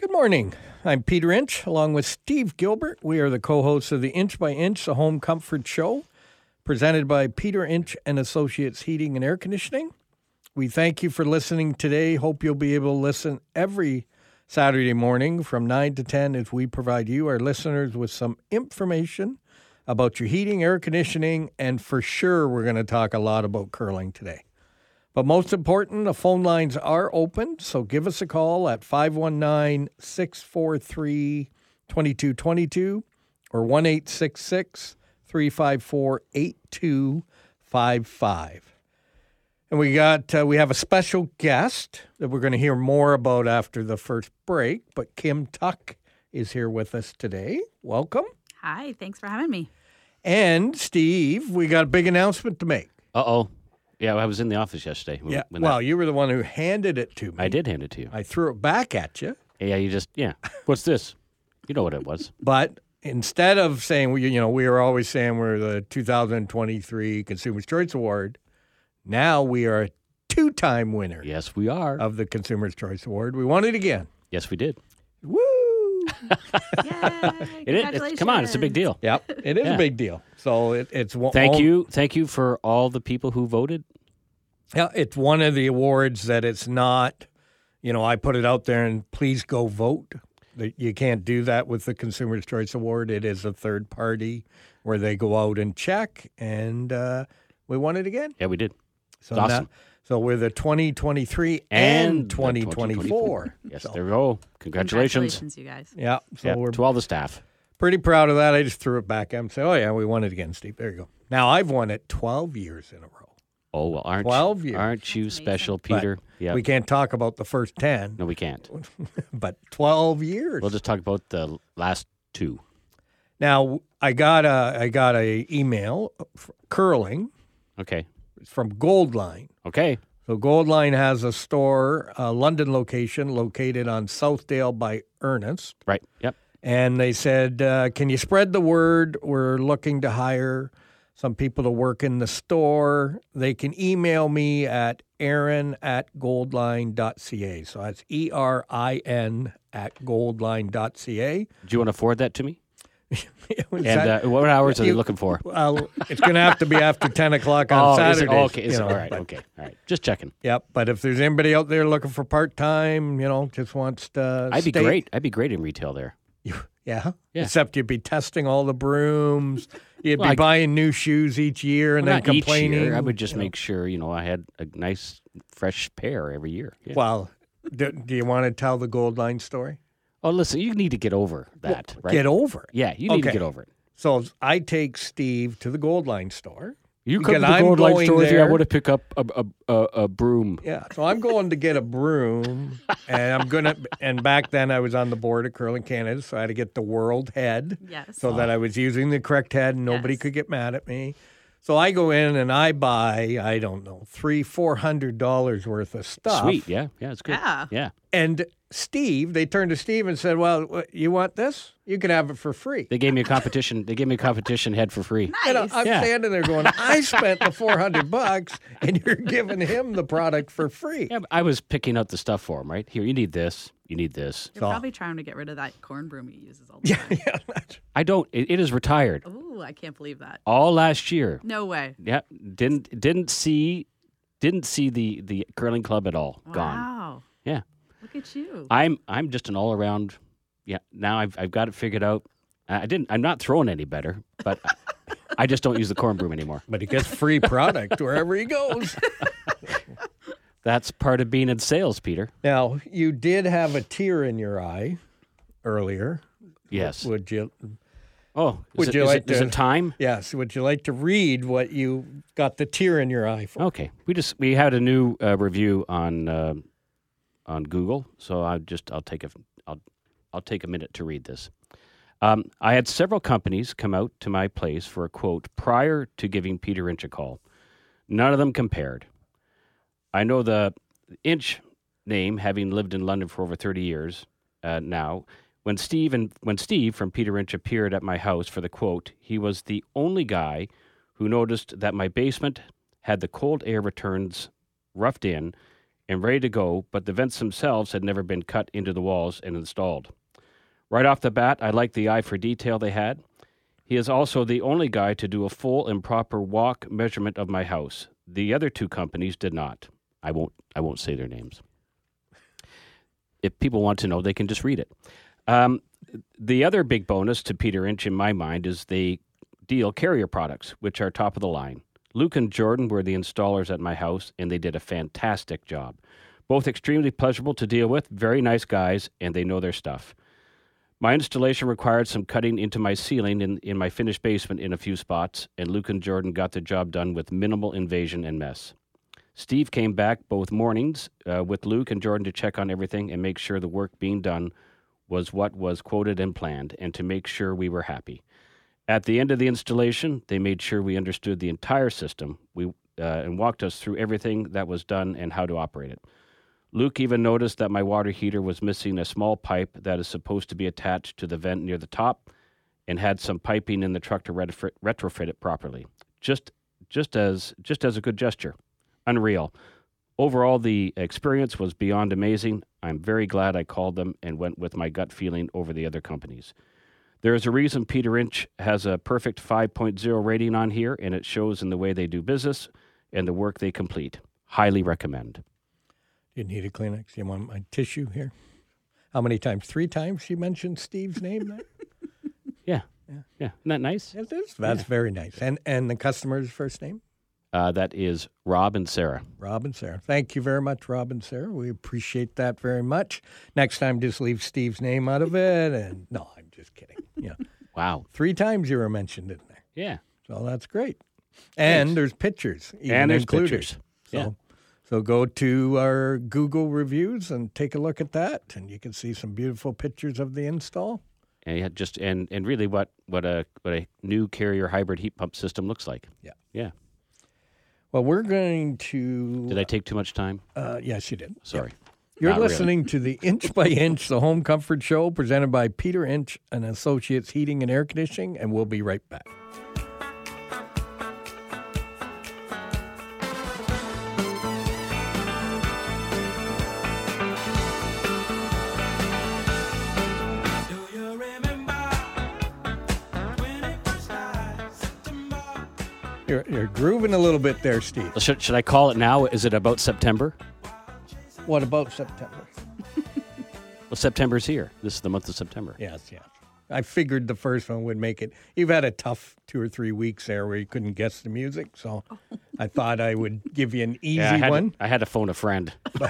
Good morning. I'm Peter Inch, along with Steve Gilbert. We are the co-hosts of the Inch by Inch, the Home Comfort Show, presented by Peter Inch and Associates Heating and Air Conditioning. We thank you for listening today. Hope you'll be able to listen every Saturday morning from 9 to 10 as we provide you, our listeners, with some information about your heating, air conditioning, and for sure we're going to talk a lot about curling today. But most important, the phone lines are open, so give us a call at 519 643 2222 or 1 354 8255. And we got uh, we have a special guest that we're going to hear more about after the first break, but Kim Tuck is here with us today. Welcome. Hi, thanks for having me. And Steve, we got a big announcement to make. Uh oh. Yeah, I was in the office yesterday. when- Yeah. when well, that- you were the one who handed it to me. I did hand it to you. I threw it back at you, yeah, you just yeah. What's this? You know what it was. but instead of saying we, you know, we were always saying we're the 2023 Consumers Choice Award, now we are a two-time winner Yes, we are. of the Consumers Choice Award. We won it again. yes, we did. Woo! Yay, It is. it's- Come on, it's a big deal. yep, it is a Yeah. big deal. So it, it's one. Thank on- you, thank you for all the people who voted. Yeah, it's one of the awards that it's not. You know, I put it out there and please go vote. That You can't do that with the Consumers Choice Award. It is a third party where they go out and check, and uh, we won it again. Yeah, we did. So It's awesome. now- so we're the 2023 and, And the 2024. Yes, So, there we go. Congratulations. Congratulations, you guys. yeah, so Yeah, we're to all the staff. pretty proud of that. I just threw it back at him and said, "Oh yeah, we won it again, Steve." There you go. Now I've won it 12 years in a row. Oh well, aren't 12 years. aren't you special, But Peter? Yeah. We can't talk about the first 10, no, we can't. but 12 years. We'll just talk about the last two. Now I got a I got a email f- curling Okay. It's from Goldline. Okay. So Goldline has a store, a London location located on Southdale by Ernest, Right. Yep. and they said, uh, "Can you spread the word? We're looking to hire some people to work in the store. They can email me at Aaron at goldline.ca. So that's E R I N at goldline.ca. Do you want to forward that to me? Is and that- uh, what hours are you- they looking for? Well, it's going to have to be after 10 o'clock on oh, is Saturdays. it- oh, okay. Is you it, know, all right. but- Okay. All right. Just checking. Yep. But if there's anybody out there looking for part time, you know, just wants to. I'd be stay- great. I'd be great in retail there. Yeah. Yeah. Except you'd be testing all the brooms. You'd Well, be I- buying new shoes each year and Well, then not each year. complaining. I would just you know. make sure you know I had a nice fresh pair every year. Yeah. Well, do, do you want to tell the Gold Line story? oh, listen, you need to get over that, right? Get over it. yeah, you need Okay. to get over it. So I take Steve to the Gold Line store. You Because come to the I'm Gold Line going store with you, I there- wanna pick up a a, a, broom. Yeah, so I'm going to get a broom, and I'm gonna. And back then, I was on the board of Curling Canada, so I had to get the world head, Yes. so that I was using the correct head, and nobody Yes. could get mad at me. So I go in and I buy, I don't know, three, four hundred dollars worth of stuff. Sweet. Yeah. Yeah. It's good. Yeah. And Steve, they turned to Steve and said, "Well, wh- you want this? You can have it for free." They gave me a competition. they gave me a competition head for free. And I- nice. I'm Yeah. standing there going, "I spent the four hundred bucks, and you're giving him the product for free." Yeah, but I was picking up the stuff for him. Right here, you need this. You need this. You're probably trying to get rid of that corn broom he uses all the time. Yeah, that's- I don't. It, it is retired. Ooh, I can't believe that. All last year. No way. Yeah. Didn't didn't see didn't see the the curling club at all. Gone. Wow. Yeah. Look at you. I'm I'm just an all around. Yeah. Now I've I've got it figured out. I I didn't. I'm not throwing any better, but I- I just don't use the corn broom anymore. But he gets free product wherever he goes. That's part of being in sales, Peter. Now, you did have a tear in your eye earlier. Yes. Would you? Oh, is Would it, you is like it, is to- it time? Yes. Would you like to read what you got the tear in your eye for? Okay. We just we had a new uh, review on uh, on Google, so I just I'll take a I'll I'll take a minute to read this. Um, I had several companies come out to my place for a quote prior to giving Peter Inch a call. None of them compared. I know the Inch name, having lived in London for over thirty years uh, now. When Steve and when Steve from Peter Inch appeared at my house for the quote, he was the only guy who noticed that my basement had the cold air returns roughed in, and ready to go, but the vents themselves had never been cut into the walls and installed. Right off the bat, I liked the eye for detail they had. He is also the only guy to do a full and proper walk measurement of my house. The other two companies did not. I won't I won't say their names. If people want to know, they can just read it. Um, the other big bonus to Peter Inch in my mind is they deal carrier products, which are top of the line. Luke and Jordan were the installers at my house, and they did a fantastic job. Both extremely pleasurable to deal with, very nice guys, and they know their stuff. My installation required some cutting into my ceiling in, in my finished basement in a few spots, and Luke and Jordan got the job done with minimal invasion and mess. Steve came back both mornings uh, with Luke and Jordan to check on everything and make sure the work being done was what was quoted and planned, and to make sure we were happy. At the end of the installation, they made sure we understood the entire system we, uh, and walked us through everything that was done and how to operate it. Luke even noticed that my water heater was missing a small pipe that is supposed to be attached to the vent near the top and had some piping in the truck to retrofit, retrofit it properly. Just just as just as a good gesture. Unreal. Overall the experience was beyond amazing. I'm very glad I called them and went with my gut feeling over the other companies. There is a reason Peter Inch has a perfect 5.0 rating on here and it shows in the way they do business and the work they complete. Highly recommend. You need a Kleenex. You want my tissue here? How many times? Three times you mentioned Steve's name there? Yeah. Yeah. Isn't that nice? Yes, that's, that's very nice. And and the customer's first name? Uh, that is Rob and Sarah. Rob and Sarah. Thank you very much, Rob and Sarah. We appreciate that very much. Next time, just leave Steve's name out of it. And no, I'm just kidding. Yeah. Wow. Three times you were mentioned in there. Yeah. So that's great. And there's pictures. even And there's included. pictures. So, Yeah. so go to our Google reviews and take a look at that. And you can see some beautiful pictures of the install. And yeah, just and and really, what what a what a new carrier hybrid heat pump system looks like. Yeah. Yeah. Well, we're going to. Did I take too much time? Uh, yes, you did. Sorry. You're Not really. listening to the Inch by Inch, the Home Comfort Show, presented by Peter Inch and Associates Heating and Air Conditioning, and we'll be right back. Do you remember when it first started? September. You're, you're grooving a little bit there, Steve. Should should I call it now? Is it about September? What about September? Well, September's here. This is the month of September. Yes, yes. I figured the first one would make it. You've had a tough two or three weeks there where you couldn't guess the music, so I thought I would give you an easy Yeah, I had, one. I had to phone a friend.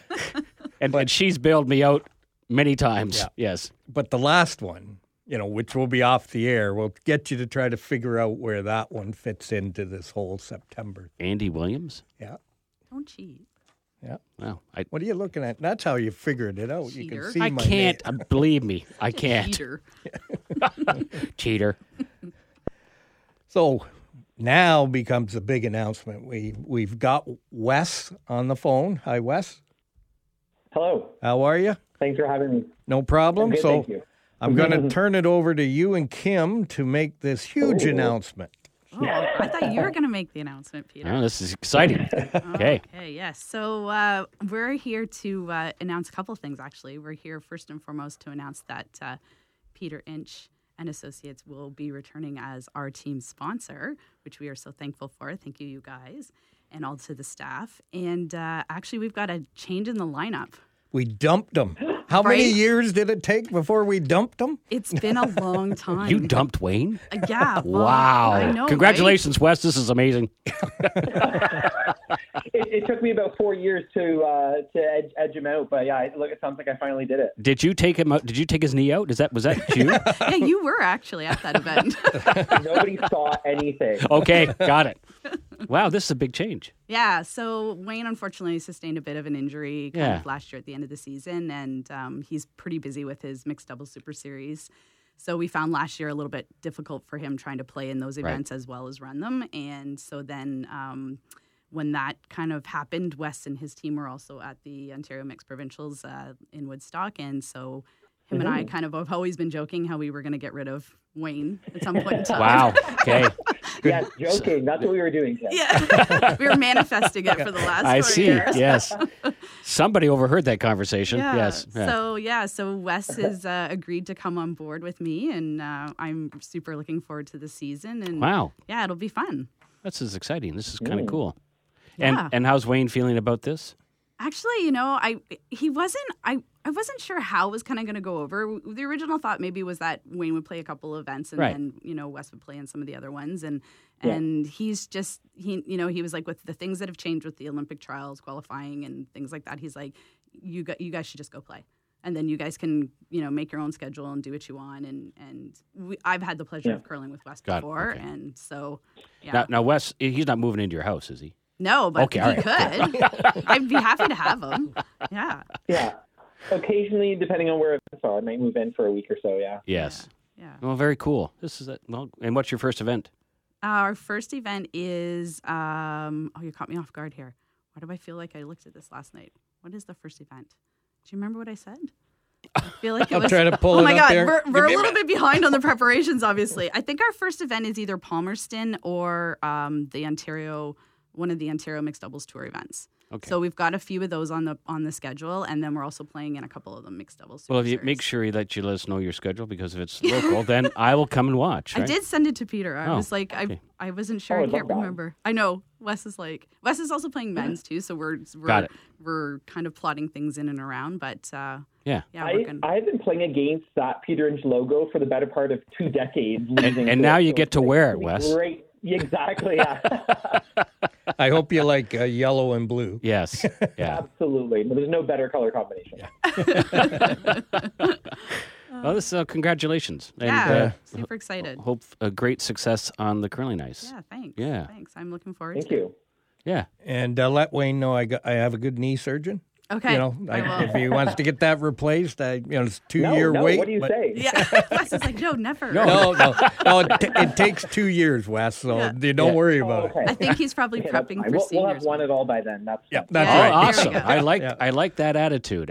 and, and she's bailed me out many times. Yeah. Yes. But the last one, you know, which will be off the air, will get you to try to figure out where that one fits into this whole September. Andy Williams. Yeah, Don't cheat. yeah. Wow. I What are you looking at? That's how you figured it out. You can Cheater. see I my can't uh, believe me. I can't. Cheater. Cheater. So now becomes the big announcement. We we've got Wes on the phone. Hi, Wes. Hello. How are you? Thanks for having me. No problem. Good, so thank you. Mm-hmm. I'm going to turn it over to you and Kim to make this huge announcement. Oh, I thought you were going to make the announcement, Peter. Oh, this is exciting. Oh, okay. Okay, yes. So uh, we're here to uh, announce a couple things, actually. We're here first and foremost to announce that uh, Peter Inch and Associates will be returning as our team sponsor, which we are so thankful for. Thank you, you guys, and all to the staff. And uh, actually, we've got a change in the lineup. We dumped them. How many Right? years did it take before we dumped them? It's been a long time. You dumped Wayne? Uh, yeah. well, Wow. I know, right? Congratulations, Wes. This is amazing. It, it took me about four years to uh, to edge, edge him out, but yeah, it, look, it sounds like I finally did it. Did you take him out? Did you take his knee out? Is that was that you? Yeah, you were actually at that event. Nobody saw anything. okay, got it. Wow, this is a big change. Yeah, so Wayne unfortunately sustained a bit of an injury kind Yeah. of last year at the end of the season, and um, he's pretty busy with his mixed double super series. So we found last year a little bit difficult for him trying to play in those events as well as run them, and so then. Um, when that kind of happened, Wes and his team were also at the Ontario Mixed Provincials uh, in Woodstock, and so him and I kind of have always been joking how we were going to get rid of Wayne at some point in time. Wow. Okay. Yes, joking. That's what we were doing. Tim. Yeah, we were manifesting it for the last. I four see. Years. Yes. Somebody overheard that conversation. Yes. Yeah. So yeah, so Wes has uh, agreed to come on board with me, and uh, I'm super looking forward to the season. And wow. yeah, it'll be fun. This is exciting. This is kind of cool. And Yeah. and how's Wayne feeling about this? Actually, you know, I he wasn't I I wasn't sure how it was kind of going to go over. The original thought maybe was that Wayne would play a couple events and Right. then, you know, Wes would play in some of the other ones and Yeah. and he's just he you know, he was like with the things that have changed with the Olympic trials qualifying and things like that. He's like you gu you guys should just go play. And then you guys can, you know, make your own schedule and do what you want. And and we, I've had the pleasure Yeah. of curling with Wes Got it. before, Okay. and so yeah. Now, now Wes, he's not moving into your house, is he? no, but Okay, he all could. I'd be happy to have him. Yeah. Yeah. Occasionally, depending on where events are, I might move in for a week or so. Yeah. Yes. Yeah. Well, very cool. This is a, well. And what's your first event? Our first event is um, oh, you caught me off guard here. Why do I feel like I looked at this last night? What is the first event? Do you remember what I said? I feel like it I'm was. trying to pull oh it my up God, there. we're, Give we're me a a little bit behind on the preparations. Obviously, I think our first event is either Palmerston or um, the Ontario, one of the Ontario mixed doubles tour events. Okay. So we've got a few of those on the on the schedule, and then we're also playing in a couple of the mixed doubles. well, if you Super make Series. sure that you let us know your schedule, because if it's local, then I will come and watch. I right? did send it to Peter. I Oh, was like, okay. I, I wasn't sure. Oh, I I can't love that. remember. I know Wes is like Wes is also playing men's too, so we're we're Got it. we're kind of plotting things in and around. But uh, Yeah. yeah, I, we're gonna. I've been playing against that Peter Inch logo for the better part of two decades. losing and to now it, you so get it's to like wear it, pretty Wes. Great. Yeah, Exactly. Yeah. I hope you like uh, yellow and blue. Yes. Yeah. Absolutely. There's no better color combination. well, this uh, congratulations. And, Oh. yeah, uh, super excited. hope a great success on the curling ice. Yeah, thanks. Yeah. thanks. I'm looking forward. Thank to it. you. Yeah. And uh, let Wayne know I got, I have a good knee surgeon. Okay, You know, I I, will. if he wants to get that replaced, I, you know, it's two No, year no, wait. what do you but- say? yeah, Wes is like, no, never. No, no, no. It, t- it takes two years, Wes. So Yeah. you don't worry Oh, about it. okay. I think he's probably Okay, that's prepping fine. for we'll, we'll have seniors. one at all by then. That's Yeah, fine. that's Yeah. right. Oh, There we awesome! go. I like Yeah. I like that attitude.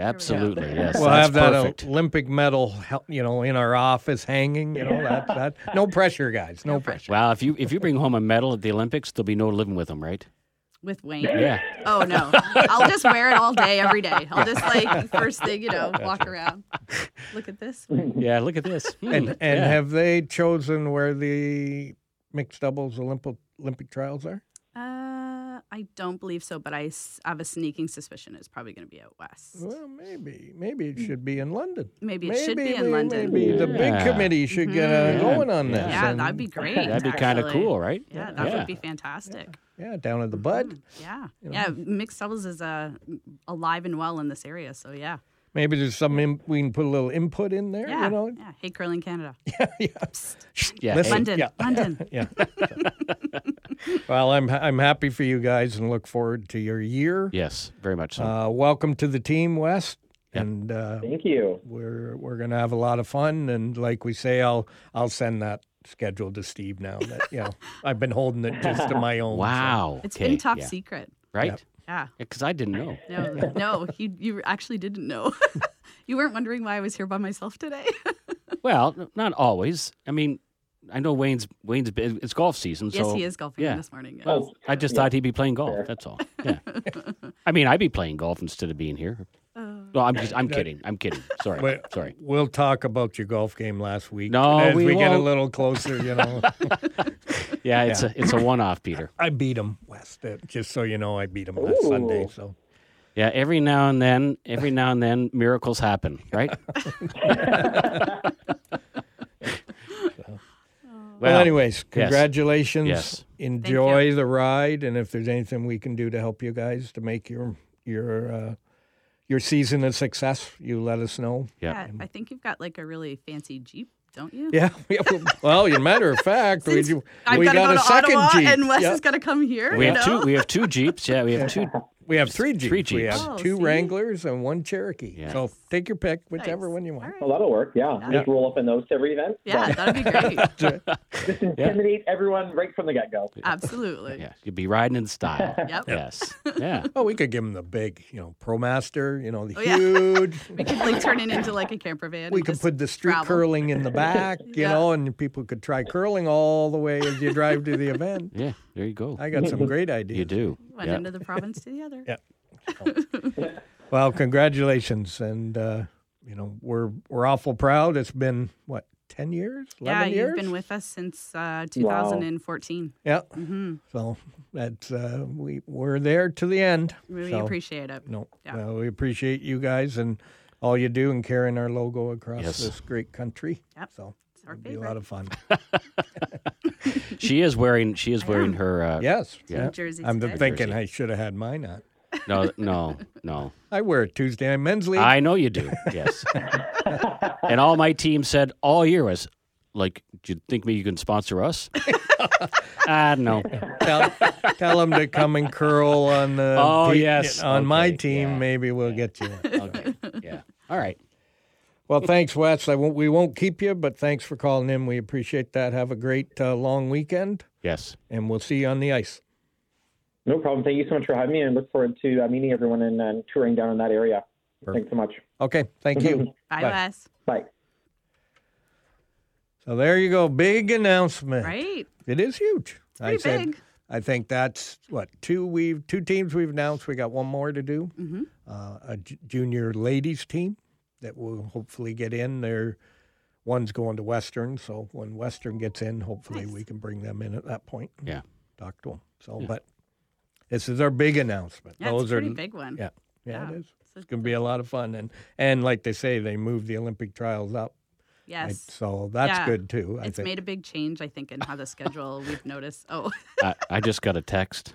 Absolutely, yes. We'll that's have that uh, perfect. Olympic medal, hel- you know, in our office hanging. You know, that, that. No pressure, guys. No pressure. Wow, if you if you bring home a medal at the Olympics, there'll be no living with them, right? with Wayne. Yeah. Oh no, I'll just wear it all day, every day. I'll just like first thing, you know, walk around. Look at this. Yeah, look at this. Hmm, And, and yeah. have they chosen where the mixed doubles Olympic Olympic trials are? Uh, I don't believe so, but I s- have a sneaking suspicion it's probably going to be out west. Well, maybe, maybe it should be in London. Hmm. Maybe it should be in we- London. Mm-hmm. Maybe the big Yeah. committee should get uh, Mhm. going on this. Yeah, and- that'd be great. that'd be kind of actually. cool, right? Yeah, that Yeah. would be fantastic. yeah, down at the Mm-hmm. Bud. Yeah, yeah. Mixed doubles is uh, alive and well in this area, so yeah, Maybe there's some in, we can put a little input in there. yeah, You know, yeah. Hey, curling Canada, Yeah, Listen. London, yeah. London. yeah. well, I'm I'm happy for you guys and look forward to your year. Yes, very much so. Uh, welcome to the team, West, and uh, Thank you. we're we're gonna have a lot of fun. And like we say, I'll I'll send that schedule to Steve now. That you know, I've been holding it just to my own. so- wow, It's okay, been top yeah. secret. right? Yeah. Because I didn't know. No, no, you you actually didn't know. you weren't wondering why I was here by myself today. Well, n- not always. I mean, I know Wayne's Wayne's bu- it's golf season, so yes, he is golfing yeah. this morning. yes. Well, I just thought he'd be playing golf. That's all. Yeah. I mean, I'd be playing golf instead of being here. Oh. No, I'm just I'm kidding. I'm kidding. Sorry. Wait, Sorry. We'll talk about your golf game last week. No, as we, we get a won't. little closer, you know. Yeah, it's a it's a one off, Peter. I beat him, West. uh, Just so you know, I beat him last Ooh. Sunday. So Yeah, every now and then, every now and then, miracles happen, right? well, anyways, congratulations. Yes. Enjoy the ride, and if there's anything we can do to help you guys to make your your uh, your season a success, you let us know. Yeah. I think you've got like a really fancy Jeep, don't you? Yeah. yeah, well, you matter of fact, we, Since do- I've we got to got go a to second Ottawa Jeep. and Wes Yeah. is going to come here. We you have know? two. We have two jeeps. Yeah, we have two We have three Jeeps. Three We Jeeps. have Oh, two see? Wranglers and one Cherokee. Yeah. So take your pick, whichever Nice. one you want. All Well, right. that'll work. Yeah, Yeah. just roll up in those to every event. Yeah, Done. that'd be great. just intimidate everyone right from the get go. Absolutely. Yeah, you'd be riding in style. Yep. Yes. Yeah. Oh, we could give them the big, you know, ProMaster, you know, the Oh, yeah. huge. We could like turn it into like a camper van. we and could just put the street travel. curling in the back, you Yeah. know, and people could try curling all the way as you drive to the event. Yeah. There you go. I got some great ideas. you do. one Yeah. end of the province to the other. Yeah. Well, congratulations, and uh, you know we're we're awful proud. It's been what ten years, Yeah, eleven years. you've been with us since uh, 2014. yeah. Mm-hmm. So that's uh, we we're there to the end. We So, appreciate it. No, Yeah. uh, we appreciate you guys and all you do in carrying our logo across Yes. this great country. Yep. So It's our it'll be a lot favorite. of fun. She is wearing. She is wearing her. Uh, yes. Yeah. Jersey I'm today. thinking I should have had mine on. No. No. No. I wear it Tuesday in men's league. I know you do. Yes. and all my team said all year was like, do you think maybe you can sponsor us? Ah, no. tell, tell them to come and curl on the Oh, yes. on my Okay, team. yeah. Maybe we'll get you. one. Okay. Yeah. All right. Well, thanks, Wes. I won't, we won't keep you, but thanks for calling in. We appreciate that. Have a great uh, long weekend, Yes. and we'll see you on the ice. No problem. Thank you so much for having me, and look forward to uh, meeting everyone and uh, touring down in that area. Thanks so much. Okay, thank you. Bye. Bye, Wes. Bye. So there you go. Big announcement. Right? It is huge. I pretty said, big. I think that's what two we've two teams we've announced. We got one more to do. Mm-hmm. Uh, a j- junior ladies team that will hopefully get in. There, one's going to Western, so when Western gets in, hopefully we can bring them in at that point. and Yeah. talk to them. So, but this is our big announcement. Yeah, Those it's a are pretty big one. yeah, yeah, Yeah. it is. It's going to be a lot of fun, and and like they say, they moved the Olympic trials up, right? Yes. so that's Yeah. good too. I it's think. made a big change, I think, in how the schedule we've noticed. Oh, I, I just got a text.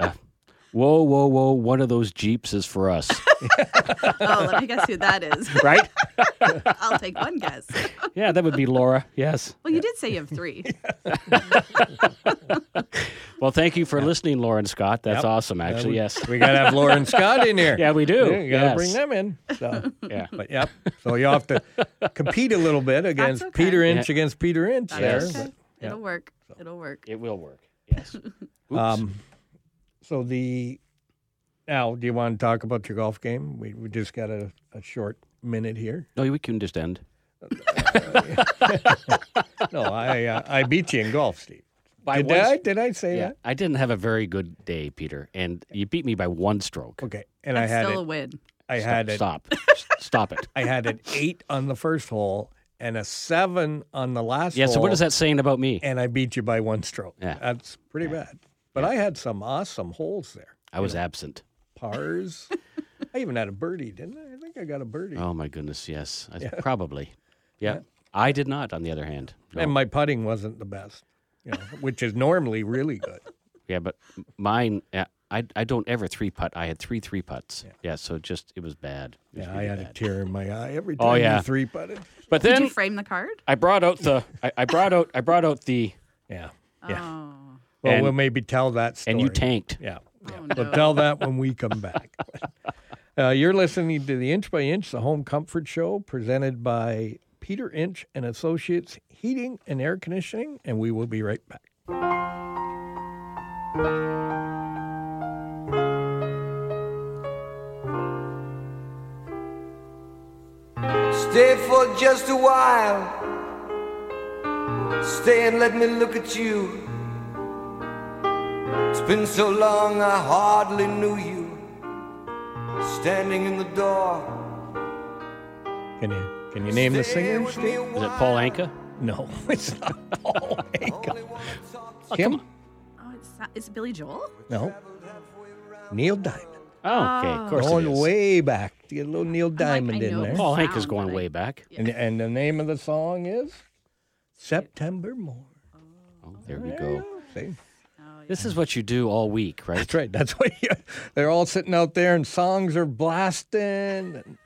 Uh, whoa, whoa, whoa! One of those jeeps is for us, oh, let me guess who that is. right? I'll take one guess. yeah, that would be Laura. Yes. Well, you did say you have three. Well, thank you for listening, Laura and Scott. That's Yep. awesome, Uh, actually. we- yes. we got to have Lauren Scott in here. Yeah, we do. Yeah, you gotta Yes. bring them in. So, Yeah. but yep. So you have to compete a little bit against okay. Peter Inch against Peter Inch there. That's okay. But, It'll work. It'll work. It will work. Yes. Oops. um, so the Al, do you want to talk about your golf game? We we just got a, a short minute here. no, Oh, we can just end. No, I uh, I beat you in golf, Steve. By Did one I s- did I say Yeah, that? I didn't have a very good day, Peter, and you beat me by one stroke. Okay, and That's I had still a it. win. I Stop- had it. Stop. Stop it. I had an eight on the first hole and a seven on the last. Yeah. Hole. So what is that saying about me? and I beat you by one stroke. Yeah. That's pretty bad. But I had some awesome holes there. I was absent. Pars. I even had a birdie, didn't I? I think I got a birdie. Oh my goodness. Yes. I, Probably. Yeah. I did not. On the other hand. No. And my putting wasn't the best, you know, which is normally really good. Yeah, but mine. uh, I I don't ever three putt. I had three three putts. Yeah. so just it was bad. It was Yeah, I really had a bad. tear in my eye every time Oh, you yeah. three putted. But Did then you frame the card? I brought out the. I, I brought out. I brought out the. Yeah. Yeah. Oh. well, And- we'll maybe tell that story. And you tanked. Yeah. yeah. Oh, We'll no. tell that when we come back. uh, you're listening to the Inch by Inch, the Home Comfort Show, presented by Peter Inch and Associates Heating and Air Conditioning, and we will be right back. Stay for just a while. Stay and let me look at you. It's been so long I hardly knew you. Standing in the door. Can you can you name the singer? Steve? Is it Paul Anka? No, it's not Paul Anka. Kim? Oh, it's not, is it Billy Joel? No. Neil Diamond. Oh, okay. Of course it Going is. way back. To get a little Neil Diamond I in know there. Paul Anka's Sound, going but I- way back. And, and the name of the song is September More. Oh, there we go. See? This is what you do all week, right? That's right. That's why you, they're all sitting out there and songs are blasting. And,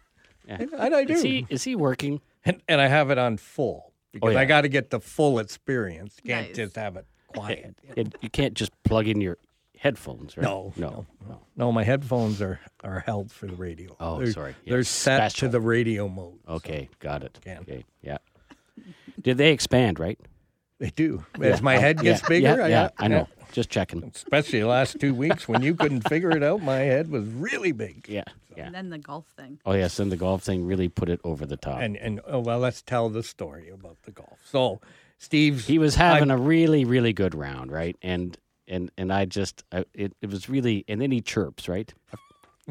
Yeah. and I do. Is he is he working? and, and I have it on full because Oh, yeah. I got to get the full experience. Can't Nice. just have it quiet. It, you can't just plug in your headphones, right? No, no, no. No, my headphones are, are held for the radio. Oh, they're, sorry. Yeah, They're set to special. the radio mode. Okay, got it. Can. Okay, yeah. Did they expand? Right? They do. As my head gets yeah, bigger, Yeah, I, yeah, I know. Just checking. Especially the last two weeks when you couldn't figure it out, my head was really big. Yeah, yeah. And then the golf thing. Oh yes, and the golf thing really put it over the top. And and oh, well, let's tell the story about the golf. So, Steve's he was having a really really good round right and and and i just I, it, it was really and then he chirps right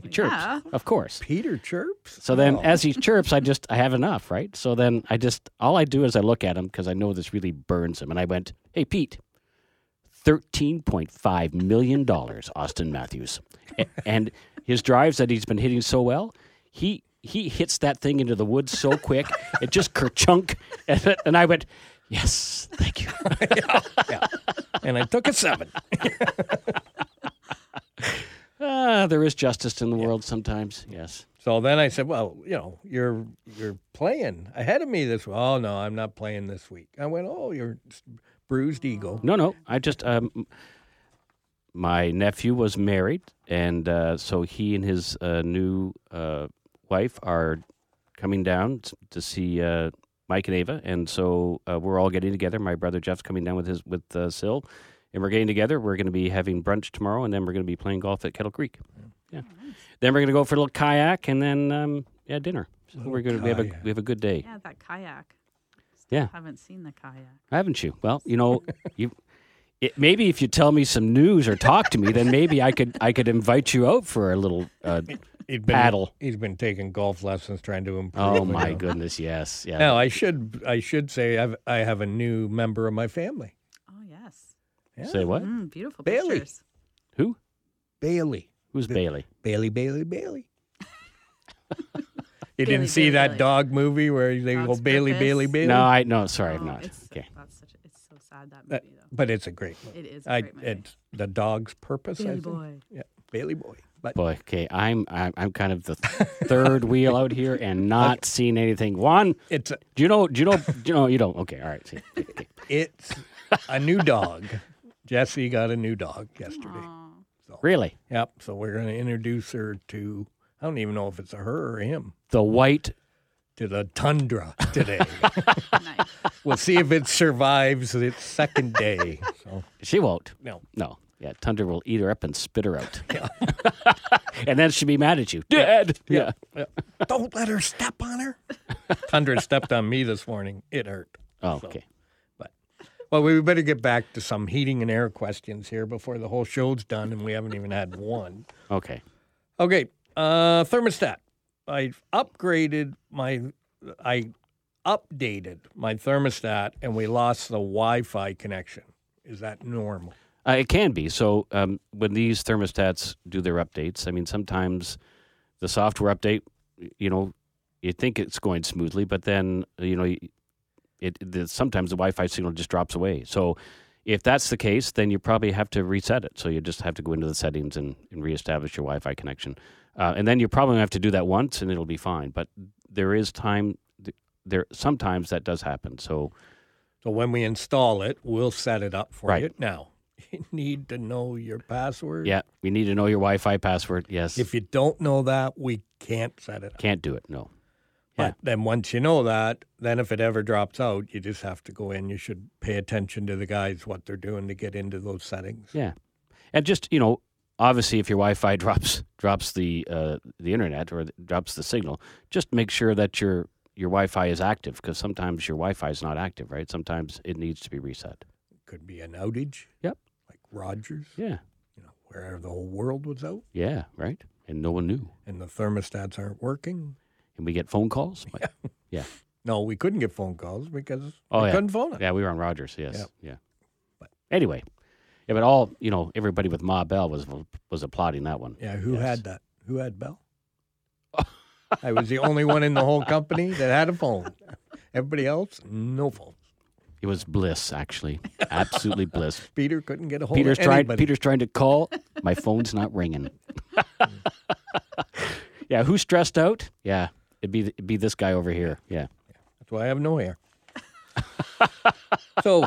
he chirps Yeah. of course Peter chirps. so then as he chirps i just i have enough right so then i just all i do is i look at him because i know this really burns him and i went hey pete 13.5 million dollars austin matthews A- and his drives that he's been hitting so well he he hits that thing into the woods so quick it just kerchunk and, and i went yes thank you and I took a seven. Ah, there is justice in the world sometimes. Yes. So then I said, "Well, you know, you're you're playing ahead of me this. week." Oh no, I'm not playing this week." I went, "Oh, you're s- bruised ego." No, no. I just um, my nephew was married, and uh, so he and his uh, new uh, wife are coming down t- to see uh, Mike and Ava, and so uh, we're all getting together. My brother Jeff's coming down with his with uh, Sil, and we're getting together. We're going to be having brunch tomorrow, and then we're going to be playing golf at Kettle Creek. Yeah. Then we're going to go for a little kayak, and then um, yeah, dinner. So we're going to we have a kayak. we have a good day. Yeah, that kayak. Yeah. Haven't seen the kayak. haven't you? Well, you know, you it, maybe if you tell me some news or talk to me, then maybe I could I could invite you out for a little. Uh, He'd Paddle. He's been taking golf lessons, trying to improve. oh it, you my know. goodness, yes, yeah. Now I should I should say I've, I have a new member of my family, Oh yes. Say what? Mm, beautiful Bailey. pictures. Who? Bailey. Who's Bailey? Bailey, Bailey, Bailey. you Bailey, didn't see Bailey, that Bailey. dog movie where they Dog's go Bailey, Purpose. Bailey, Bailey? No, I no. Sorry, Oh, I'm not. It's, Okay. That's such. A, it's so sad that That- movie though. but it's a great movie. It is. a I, great movie. it's the dog's purpose. I Bailey think. boy. Yeah, Bailey boy. But Boy, okay, I'm I'm, I'm kind of the third wheel out here and not seeing anything. Juan, it's a, do you know? Do you know? Do you know? You don't. Okay, all right. See, okay. it's a new dog. Jesse got a new dog yesterday. Really, Yep. So we're going to introduce her to. I don't even know if it's a her or him. the white. To the tundra today. nice. we'll see if it survives its second day. So She won't. no. No. Yeah, Tundra will eat her up and spit her out. and then she'll be mad at you. Dad. yeah. Don't let her step on her. Tundra stepped on me this morning. It hurt. Oh, okay. Well, we better get back to some heating and air questions here before the whole show's done, and we haven't even had one. Okay. Okay, uh, thermostat. I upgraded my, I updated my thermostat, and we lost the Wi-Fi connection. Is that normal? Uh, it can be. So um, when these thermostats do their updates, I mean, sometimes the software update, you know, you think it's going smoothly, but then, you know, it, the, sometimes the Wi Fi signal just drops away. So if that's the case, then you probably have to reset it. So you just have to go into the settings and, and reestablish your Wi Fi connection. Uh, and then you probably have to do that once and it'll be fine. But there is time, there sometimes that does happen. So, So when we install it, we'll set it up for Right. you. Now, you need to know your password. yeah, we need to know your Wi Fi password. Yes. If you don't know that, we can't set it up. Can't do it. No. Yeah. But then once you know that, then if it ever drops out, you just have to go in. You should pay attention to the guys what they're doing to get into those settings. Yeah, and just you know, obviously, if your Wi-Fi drops drops the uh, the internet or th- drops the signal, just make sure that your your Wi-Fi is active because sometimes your Wi-Fi is not active, right? Sometimes it needs to be reset. Could be an outage. Yep. Like Rogers, Yeah. you know, where the whole world was out Yeah. Right. And no one knew, and the thermostats aren't working. and we get phone calls. Yeah. Yeah. No, we couldn't get phone calls because Oh, we yeah. couldn't phone it. Yeah, we were on Rogers. Yes. Yeah. Yeah. anyway, yeah, but all you know, everybody with Ma Bell was was applauding that one. Yeah, who Yes. had that? Who had Bell? I was the only one in the whole company that had a phone. Everybody else, no phone. It was bliss, actually, absolutely bliss. Peter couldn't get a hold Peter's of trying. anybody. Peter's trying to call. My phone's not ringing. yeah, who's stressed out? Yeah, it'd be it'd be this guy over here. Yeah, That's why I have no hair. So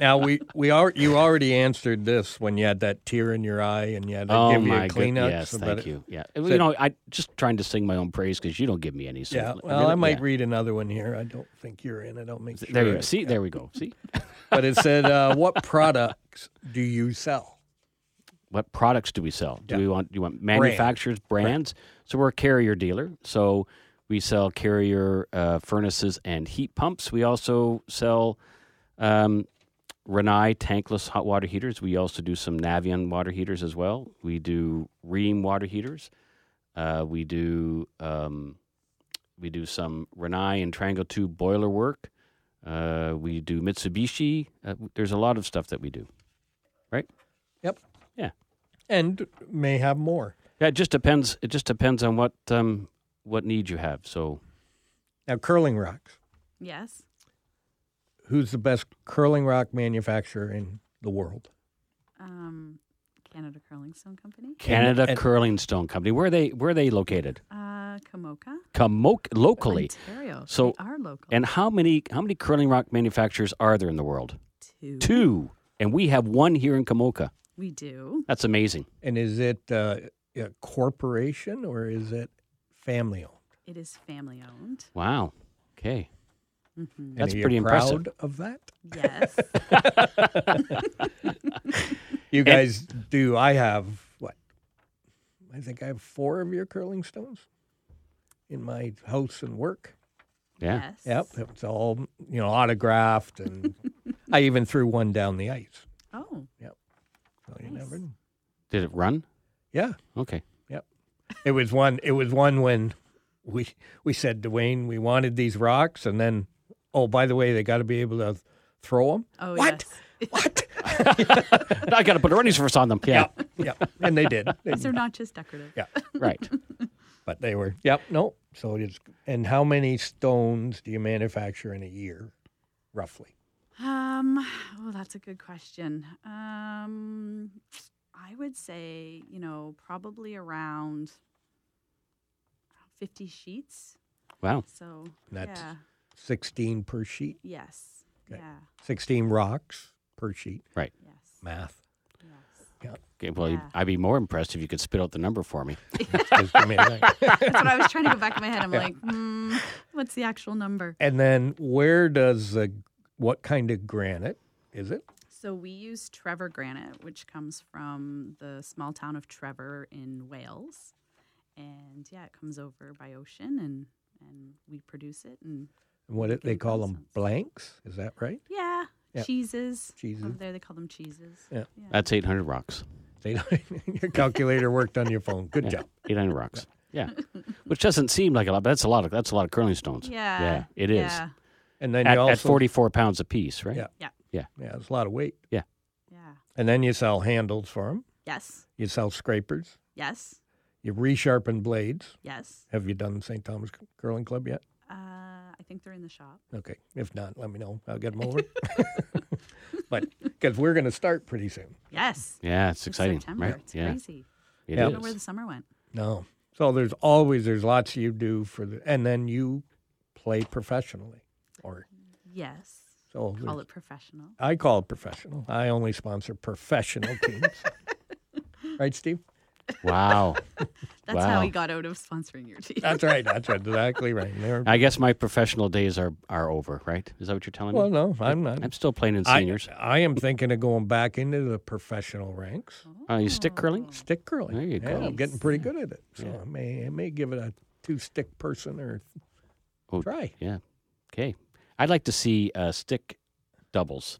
now we we are you already answered this when you had that tear in your eye and you had to oh give you my a Kleenex. goodness! Yes, about thank it. you. Yeah, you know, I just trying to sing my own praise because you don't give me any. So Yeah. let- Well, I let- might yeah. read another one here. I don't think you're in. I don't make sure. There you I- go. See, there we go. See, But it said, uh, "What products do you sell?" what products do we sell? Do Yeah. we want do you want manufacturers, brands? So we're a carrier dealer. So we sell carrier uh, furnaces and heat pumps. We also sell um, Renai tankless hot water heaters. We also do some Navion water heaters as well. We do Ream water heaters. Uh, we do um, we do some Renai and Triangle Two boiler work. Uh, we do Mitsubishi. Uh, there's a lot of stuff that we do. Yep. Yeah. And may have more. Yeah, it just depends. It just depends on what um, what need you have. So Now, curling rocks. Yes. Who's the best curling rock manufacturer in the world? Um, Canada Curling Stone Company. Canada and- Curling Stone Company, where are they where are they located? Uh, Kamoka. Kamoke locally. Ontario. So- they are local. And how many how many curling rock manufacturers are there in the world? two. Two, and we have one here in Kamoka. We do. That's amazing. And is it uh, a corporation or is it family owned? It is family owned. Wow. Okay. hmm And That's are you pretty proud impressive. Of that, Yes. you guys do. I have what? I think I have four of your curling stones in my house and work. Yeah. Yes. Yep, it's all you know, autographed, and I even threw one down the ice. Oh, So you Nice. never, kn- Did it run? yeah. Okay. It was one. It was one when we we said Dwayne we wanted these rocks, and then oh by the way they got to be able to throw them. oh what? yes. What? Now I got to put a running surface on them. Yeah. yeah, and they did. They- These are not just decorative. yeah, Right. but they were. Yep. No. So it's and how many stones do you manufacture in a year, roughly? Um, oh, that's a good question. Um, I would say, you know, probably around 50 sheets. Wow. So, That's- yeah. Sixteen per sheet. Yes. Okay. Yeah. Sixteen rocks per sheet. Yes. Math. Yes. Okay, well, Yeah. I'd be more impressed if you could spit out the number for me. Just give me a minute. That's what I was trying to go back in my head. I'm like, hmm, what's the actual number? And then where does the what kind of granite is it? So we use Trevor granite, which comes from the small town of Trevor in Wales, and yeah, it comes over by ocean, and and we produce it, and And What it, they Making call them nonsense. blanks? Is that right? yeah, Yeah. cheeses. Cheeses. Over there, they call them cheeses. Yeah. That's 800 rocks. They don't, your calculator worked on your phone. Good job. 800 rocks. Yeah. Which doesn't seem like a lot, but that's a lot of that's a lot of curling stones. Yeah. Yeah, it is. Yeah. And then at, you also at 44 pounds a piece, right? Yeah. Yeah, it's a lot of weight. Yeah. And then you sell handles for them. Yes. You sell scrapers. Yes. You resharpen blades. Yes. Have you done St. Thomas Curling Club yet? Uh, I think they're in the shop. Okay. If not, let me know. I'll get them over. but because we're going to start pretty soon. Yes. Yeah, it's exciting, September. right? It's yeah, crazy. it Yeah. I don't know where the is. summer went. No. So there's always there's lots you do for the and then you play professionally or Yes. so Call there's- it professional. I call it professional. I only sponsor professional teams. right, Steve? Wow. That's how Wow. he got out of sponsoring your team. That's right. That's right. Exactly right. And they're- I guess my professional days are are over, right? Is that what you're telling well, me? no, I'm not. I'm still playing in I, seniors. I am thinking of going back into the professional ranks. Oh, you stick curling? Stick curling. There you yeah, go. I'm getting pretty good at it. So I may I may give it a two stick person or Oh, try. Yeah. Okay. I'd like to see uh, stick doubles.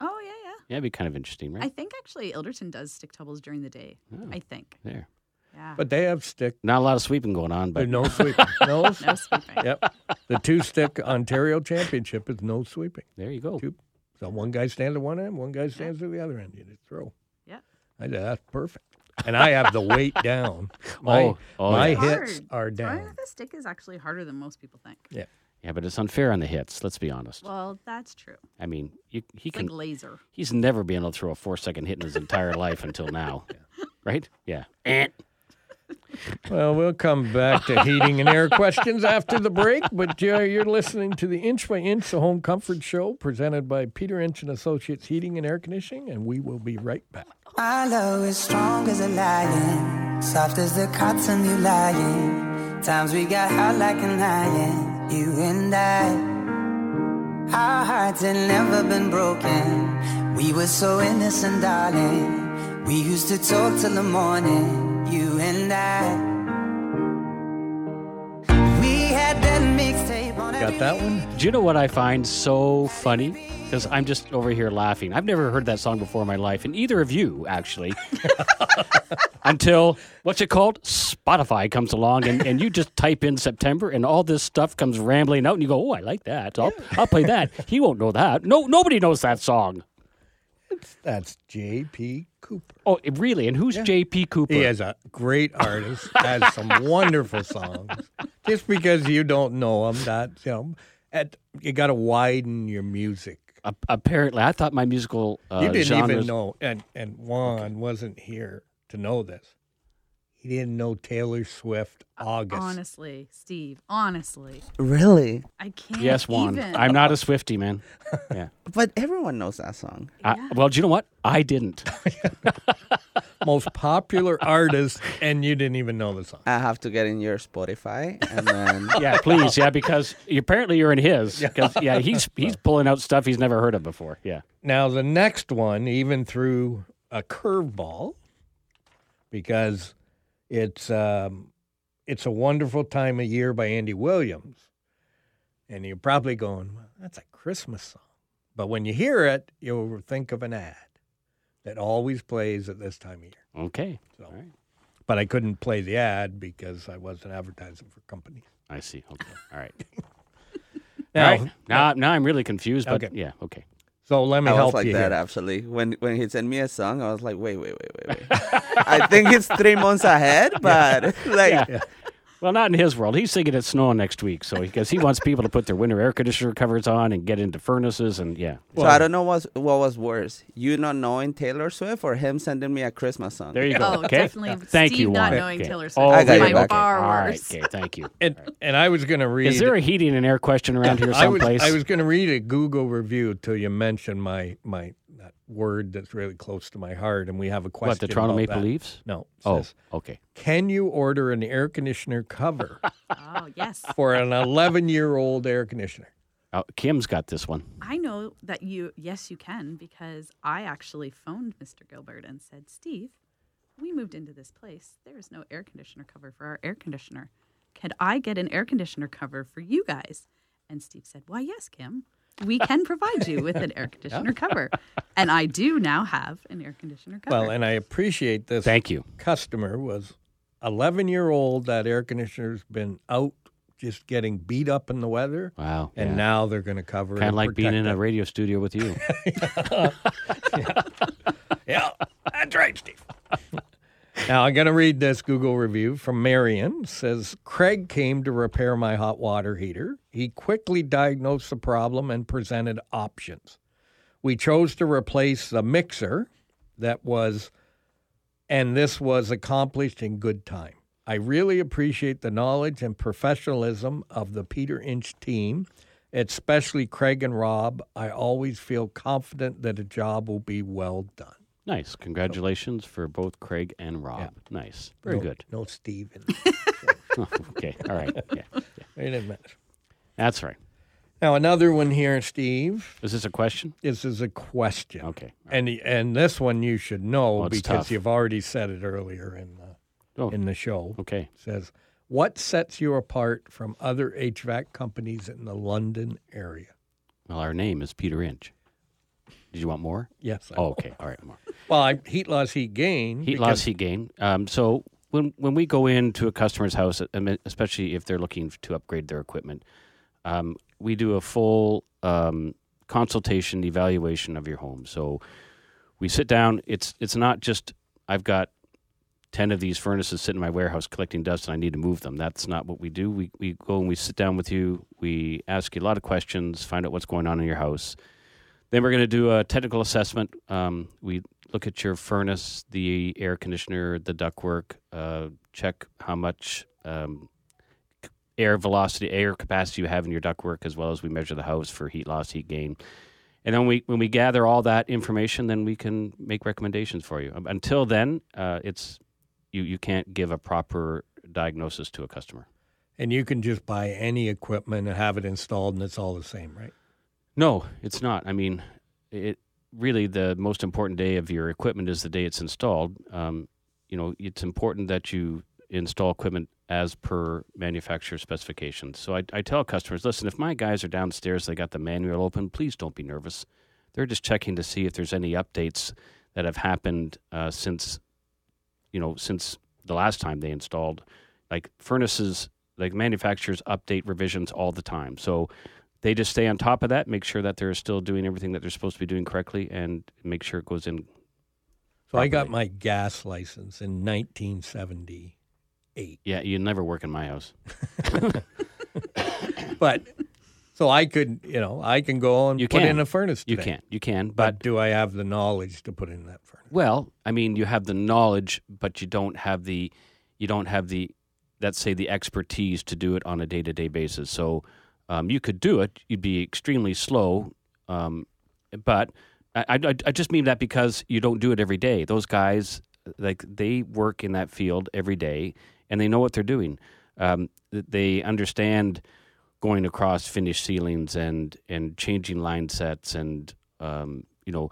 Oh yeah, yeah. Yeah, it'd be kind of interesting, right? Oh. I think actually Ilderton does stick doubles during the day. I think. there. Yeah. But they have stick. Not a lot of sweeping going on, There's but no sweeping. No. no sweeping. Yep. The two stick Ontario championship is no sweeping. there you go. Two. So one guy stands at one end, one guy stands at the other end. You just throw. Yep. I said, that's perfect. And I have the weight down. My, Oh, oh, my yeah. hits Hard. are Throwing down. with a stick is actually harder than most people think. Yeah. Yeah, but it's unfair on the hits. Let's be honest. Well, that's true. I mean, you, he It's like can. laser. He's never been able to throw a four second hit in his entire life until now, right? Yeah. Eh. Well, we'll come back to heating and air questions after the break. But uh, you're listening to the Inch by Inch, the Home Comfort Show, presented by Peter Inch and Associates Heating and Air Conditioning, and we will be right back. My love is strong as a lion, soft as the cotton you lying. Times we got hot like an iron, you and I. Our hearts had never been broken. We were so innocent, darling. We used to talk till the morning, you and I. We had that mixtape on Got every that one? Do you know what I find so funny? Because I'm just over here laughing. I've never heard that song before in my life, and either of you, actually. Until, what's it called? Spotify comes along, and, and you just type in September, and all this stuff comes rambling out, and you go, oh, I like that. I'll, I'll play that. He won't know that. No, Nobody knows that song. That's J.P. Cooper. Oh, it- really? And who's J.P. Cooper? He is a great artist, has some wonderful songs. Just because you don't know him, that's, you know, at, you got to widen your music. A- apparently, I thought my musical uh, You didn't even genres- know, and, and Juan wasn't here to know this. He didn't know Taylor Swift August. Honestly, Steve, honestly, Really? I can't. Yes, Juan. even. I'm not a Swifty, man. Yeah. But everyone knows that song. I, well, do you know what? I didn't. Most popular artist, and you didn't even know the song. I have to get in your Spotify and then Yeah, please. Yeah, because apparently you're in his. 'Cause, yeah, he's he's pulling out stuff he's never heard of before. Yeah. Now, the next one even threw a curveball because it's um, it's a wonderful time of year by Andy Williams, and you're probably going, well, that's a Christmas song, but when you hear it, you'll think of an ad that always plays at this time of year. Okay. So, All right. But I couldn't play the ad because I wasn't advertising for companies. I see. Okay. All right. Now, All right. Now, now I'm really confused, but Okay. yeah, okay. so let me I was help Oh, like you. that here. actually. When when he sent me a song, I was like, wait, wait, wait, wait, wait. I think it's three months ahead, but like Well, not in his world. He's thinking it's snowing next week, so because he wants people to put their winter air conditioner covers on and get into furnaces and yeah. so I don't know what what was worse. You not knowing Taylor Swift or him sending me a Christmas song. There you go. Oh, okay. definitely. Thank Steve you, not Juan. knowing okay. Taylor Swift Oh, I got yeah, you back. okay. Far All right. worse. Okay. Thank you. And, and I was going to read. Is there a heating and air question around here I was, someplace? I was going to read a Google review till you mentioned my my that word that's really close to my heart, and we have a question. what the Toronto about Maple that. Leafs? No. it Oh, says, okay. can you order an air conditioner cover Oh, yes. for an 11 year old air conditioner? Oh, Kim's got this one. I know that you, yes, you can, because I actually phoned Mr. Gilbert and said, Steve, we moved into this place. There is no air conditioner cover for our air conditioner. Could I get an air conditioner cover for you guys? And Steve said, Why, yes, Kim. We can provide you with an air conditioner cover. And I do now have an air conditioner cover. Well, and I appreciate this. Thank you. Customer was 11 year old. That air conditioner's been out, just getting beat up in the weather, Wow. and yeah. now they're going to cover. Kind of and like being protect in it. a radio studio with you. Yeah, that's right, Steve. now I'm going to read this Google review from Marion. It says Craig came to repair my hot water heater. He quickly diagnosed the problem and presented options. We chose to replace the mixer that was and this was accomplished in good time. I really appreciate the knowledge and professionalism of the Peter Inch team, especially Craig and Rob. I always feel confident that a job will be well done. Nice. Congratulations for both Craig and Rob. Nice. Very no, good. No Steve. In Oh, okay. All right. Yeah. Wait a minute. That's right. Now another one here, Steve. Is this a question? This is a question. Okay. And and this one you should know Well, it's because tough. you've already said it earlier in the Oh, in the show. okay. It says, "What sets you apart from other HVAC companies in the London area?" Well, our name is Peter Inch. Did you want more? Yes. I- Oh, okay. All right. More. Well, I, heat loss, heat gain. Heat loss, heat gain. Um, so when when we go into a customer's house, um, especially if they're looking to upgrade their equipment, um, we do a full um, consultation evaluation of your home. So we sit down. It's it's not just I've got ten of these furnaces sitting in my warehouse collecting dust, and I need to move them. That's not what we do. We we go and we sit down with you. We ask you a lot of questions, find out what's going on in your house. Then we're going to do a technical assessment. Um, we look at your furnace, the air conditioner, the ductwork. Uh, check how much um, c- air velocity, air capacity you have in your ductwork, as well as we measure the house for heat loss, heat gain. And then we, when we gather all that information, then we can make recommendations for you. Um, Until then, uh, it's you, you can't give a proper diagnosis to a customer. And you can just buy any equipment and have it installed, and it's all the same, right? No, it's not. I mean, it really the most important day of your equipment is the day it's installed. Um, you know, it's important that you install equipment as per manufacturer specifications. So I, I tell customers, listen, if my guys are downstairs, they got the manual open. Please don't be nervous. They're just checking to see if there's any updates that have happened uh, since you know, since the last time they installed, like furnaces, like manufacturers update revisions all the time. So they just stay on top of that, make sure that they're still doing everything that they're supposed to be doing correctly, and make sure it goes in. So I got my gas license in 1978. Yeah, you never work in my house. But so I could, you know, I can go and You put can. in a furnace. You today. can, you can, But, but do I have the knowledge to put in that furnace? well, I mean, you have the knowledge, but you don't have the, you don't have the, let's say, the expertise to do it on a day to day basis. So um, you could do it. You'd be extremely slow, um, but I, I, I just mean that because you don't do it every day. Those guys, like they work in that field every day, and they know what they're doing. Um, th- they understand going across finished ceilings and and changing line sets, and um, you know,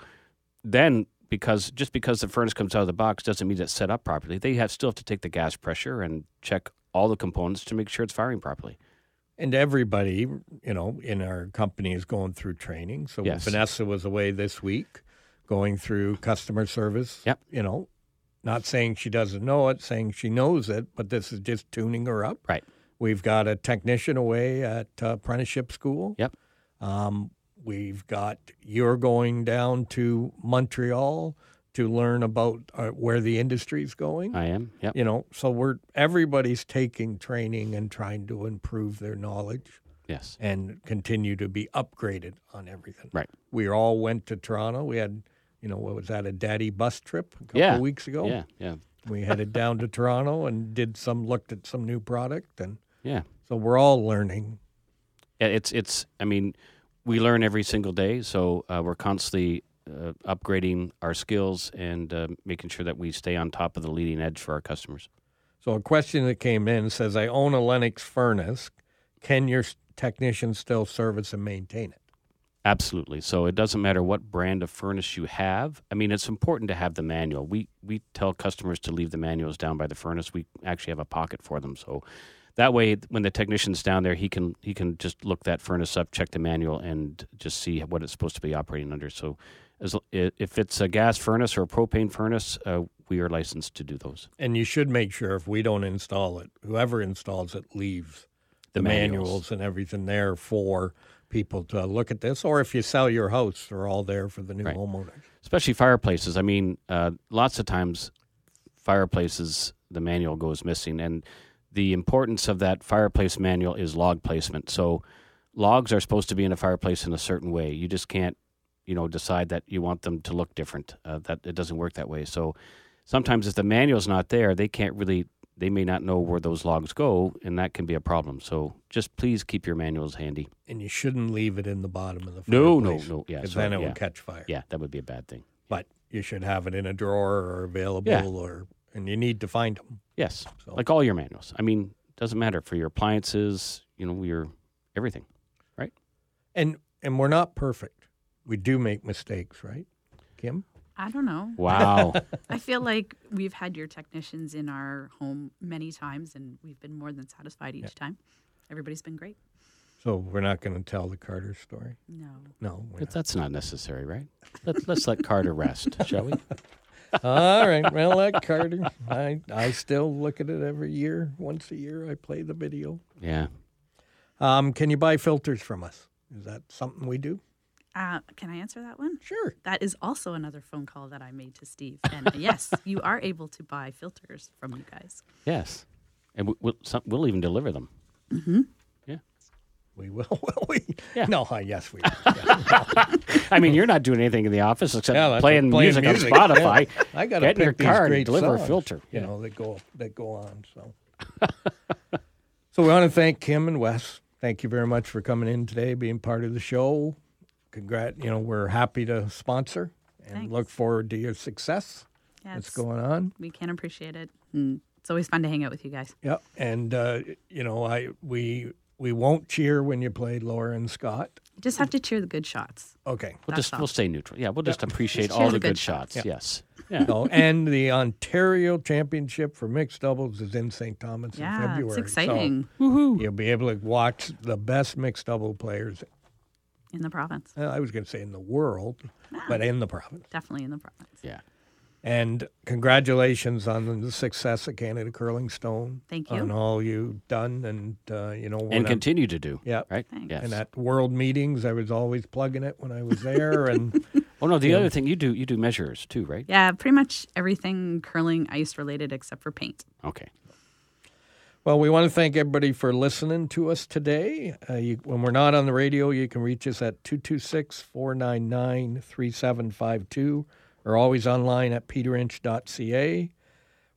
then because just because the furnace comes out of the box doesn't mean it's set up properly. They have still have to take the gas pressure and check all the components to make sure it's firing properly. And everybody, you know, in our company is going through training. So Yes. Vanessa was away this week going through customer service. Yep. You know, not saying she doesn't know it, saying she knows it, but this is just tuning her up. Right. We've got a technician away at uh, apprenticeship school. Yep. Um, we've got you're going down to Montreal to learn about uh, where the industry's going. I am. Yep. You know, so we're everybody's taking training and trying to improve their knowledge Yes. and continue to be upgraded on everything. Right. We all went to Toronto. We had, you know, what was that a daddy bus trip a couple Yeah. of weeks ago? Yeah. Yeah. We headed down to Toronto and did some looked at some new product and Yeah. so we're all learning. Yeah, it's it's i mean we learn every single day so uh, we're constantly uh, upgrading our skills and uh, making sure that we stay on top of the leading edge for our customers So a question that came in says, "I own a Lennox furnace. Can your s- technician still service and maintain it?" absolutely so it doesn't matter what brand of furnace you have i mean it's important to have the manual we we tell customers to leave the manuals down by the furnace we actually have a pocket for them so that way when the technician's down there he can he can just look that furnace up check the manual and just see what it's supposed to be operating under so as, l- i- if it's a gas furnace or a propane furnace uh, we are licensed to do those And you should make sure if we don't install it, whoever installs it leaves The the, manuals. manuals. and everything there for people to look at this. Or if you sell your house, they're all there for the new Right. homeowners. especially fireplaces i mean uh, lots of times fireplaces the manual goes missing and the importance of that fireplace manual is log placement so logs are supposed to be in a fireplace in a certain way you just can't you know decide that you want them to look different uh, that it doesn't work that way so sometimes if the manual's not there they can't really they may not know where those logs go and that can be a problem so just please keep your manuals handy And you shouldn't leave it in the bottom of the No, no, fireplace, no, yeah, 'cause sorry, then it yeah. will catch fire. yeah that would be a bad thing But you should have it in a drawer or available Yeah. or and you need to find them. Yes, So- like all your manuals. I mean, doesn't matter for your appliances, you know, your everything. And and we're not perfect. We do make mistakes, right? Kim? I don't know. Wow. I feel like we've had your technicians in our home many times, and we've been more than satisfied each time. Everybody's been great. So we're not going to tell the Carter story. No, No. we're But that's not necessary, right? Let, let's let Carter rest, shall we? All right. Well, that Carter, I, I still look at it every year. Once a year, I play the video. Yeah. Um, can you buy filters from us? Is that something we do? uh, can I answer that one? Sure. That is also another phone call that I made to Steve. And yes, you are able to buy filters from you guys. Yes. And we, we'll, some, we'll even deliver them. We will, will we? No, uh, yes, we. yeah. I mean, you're not doing anything in the office except Yeah, that's playing, it, playing music, music, on Spotify. yeah. I got to Get pick in your these car and great deliver a songs, filter, You yeah. know that go that go on. So, so we want to thank Kim and Wes. Thank you very much for coming in today, being part of the show. Congrat, you know we're happy to sponsor and Thanks. look forward to your success. Yeah, What's it's- going on? We can appreciate it. And it's always fun to hang out with you guys. Yep. And uh, you know I we we won't cheer when you play Laura and Scott. You just have to cheer the good shots. Okay. We'll That's just all. we'll stay neutral. Yeah, we'll just appreciate Just all choose the a good good shot. shots. Yes. Yeah. No, and the Ontario Championship for mixed doubles is in St. Thomas yeah, in February. it's so exciting you'll be able to watch the best mixed double players. in the province. uh, I was going to say in the world, but in the province. Definitely in the province. Yeah. And congratulations on the success of Canada Curling Stone. Thank you. On all you've done, and uh, you know, when And I'm- continue to do. Yeah. Right. Thanks. Yes. and at world meetings, I was always plugging it when I was there, and oh no, the other thing you do you do measures too, right? Yeah, pretty much everything curling ice related except for paint. Okay. Well, we want to thank everybody for listening to us today. Uh, you, when we're not on the radio, you can reach us at 226 499 3752 or always online at peterinch.ca.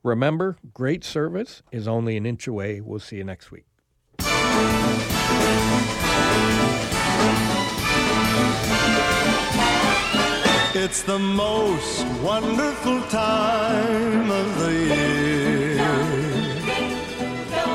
Remember, great service is only an inch away. We'll see you next week. It's the most wonderful time of the year.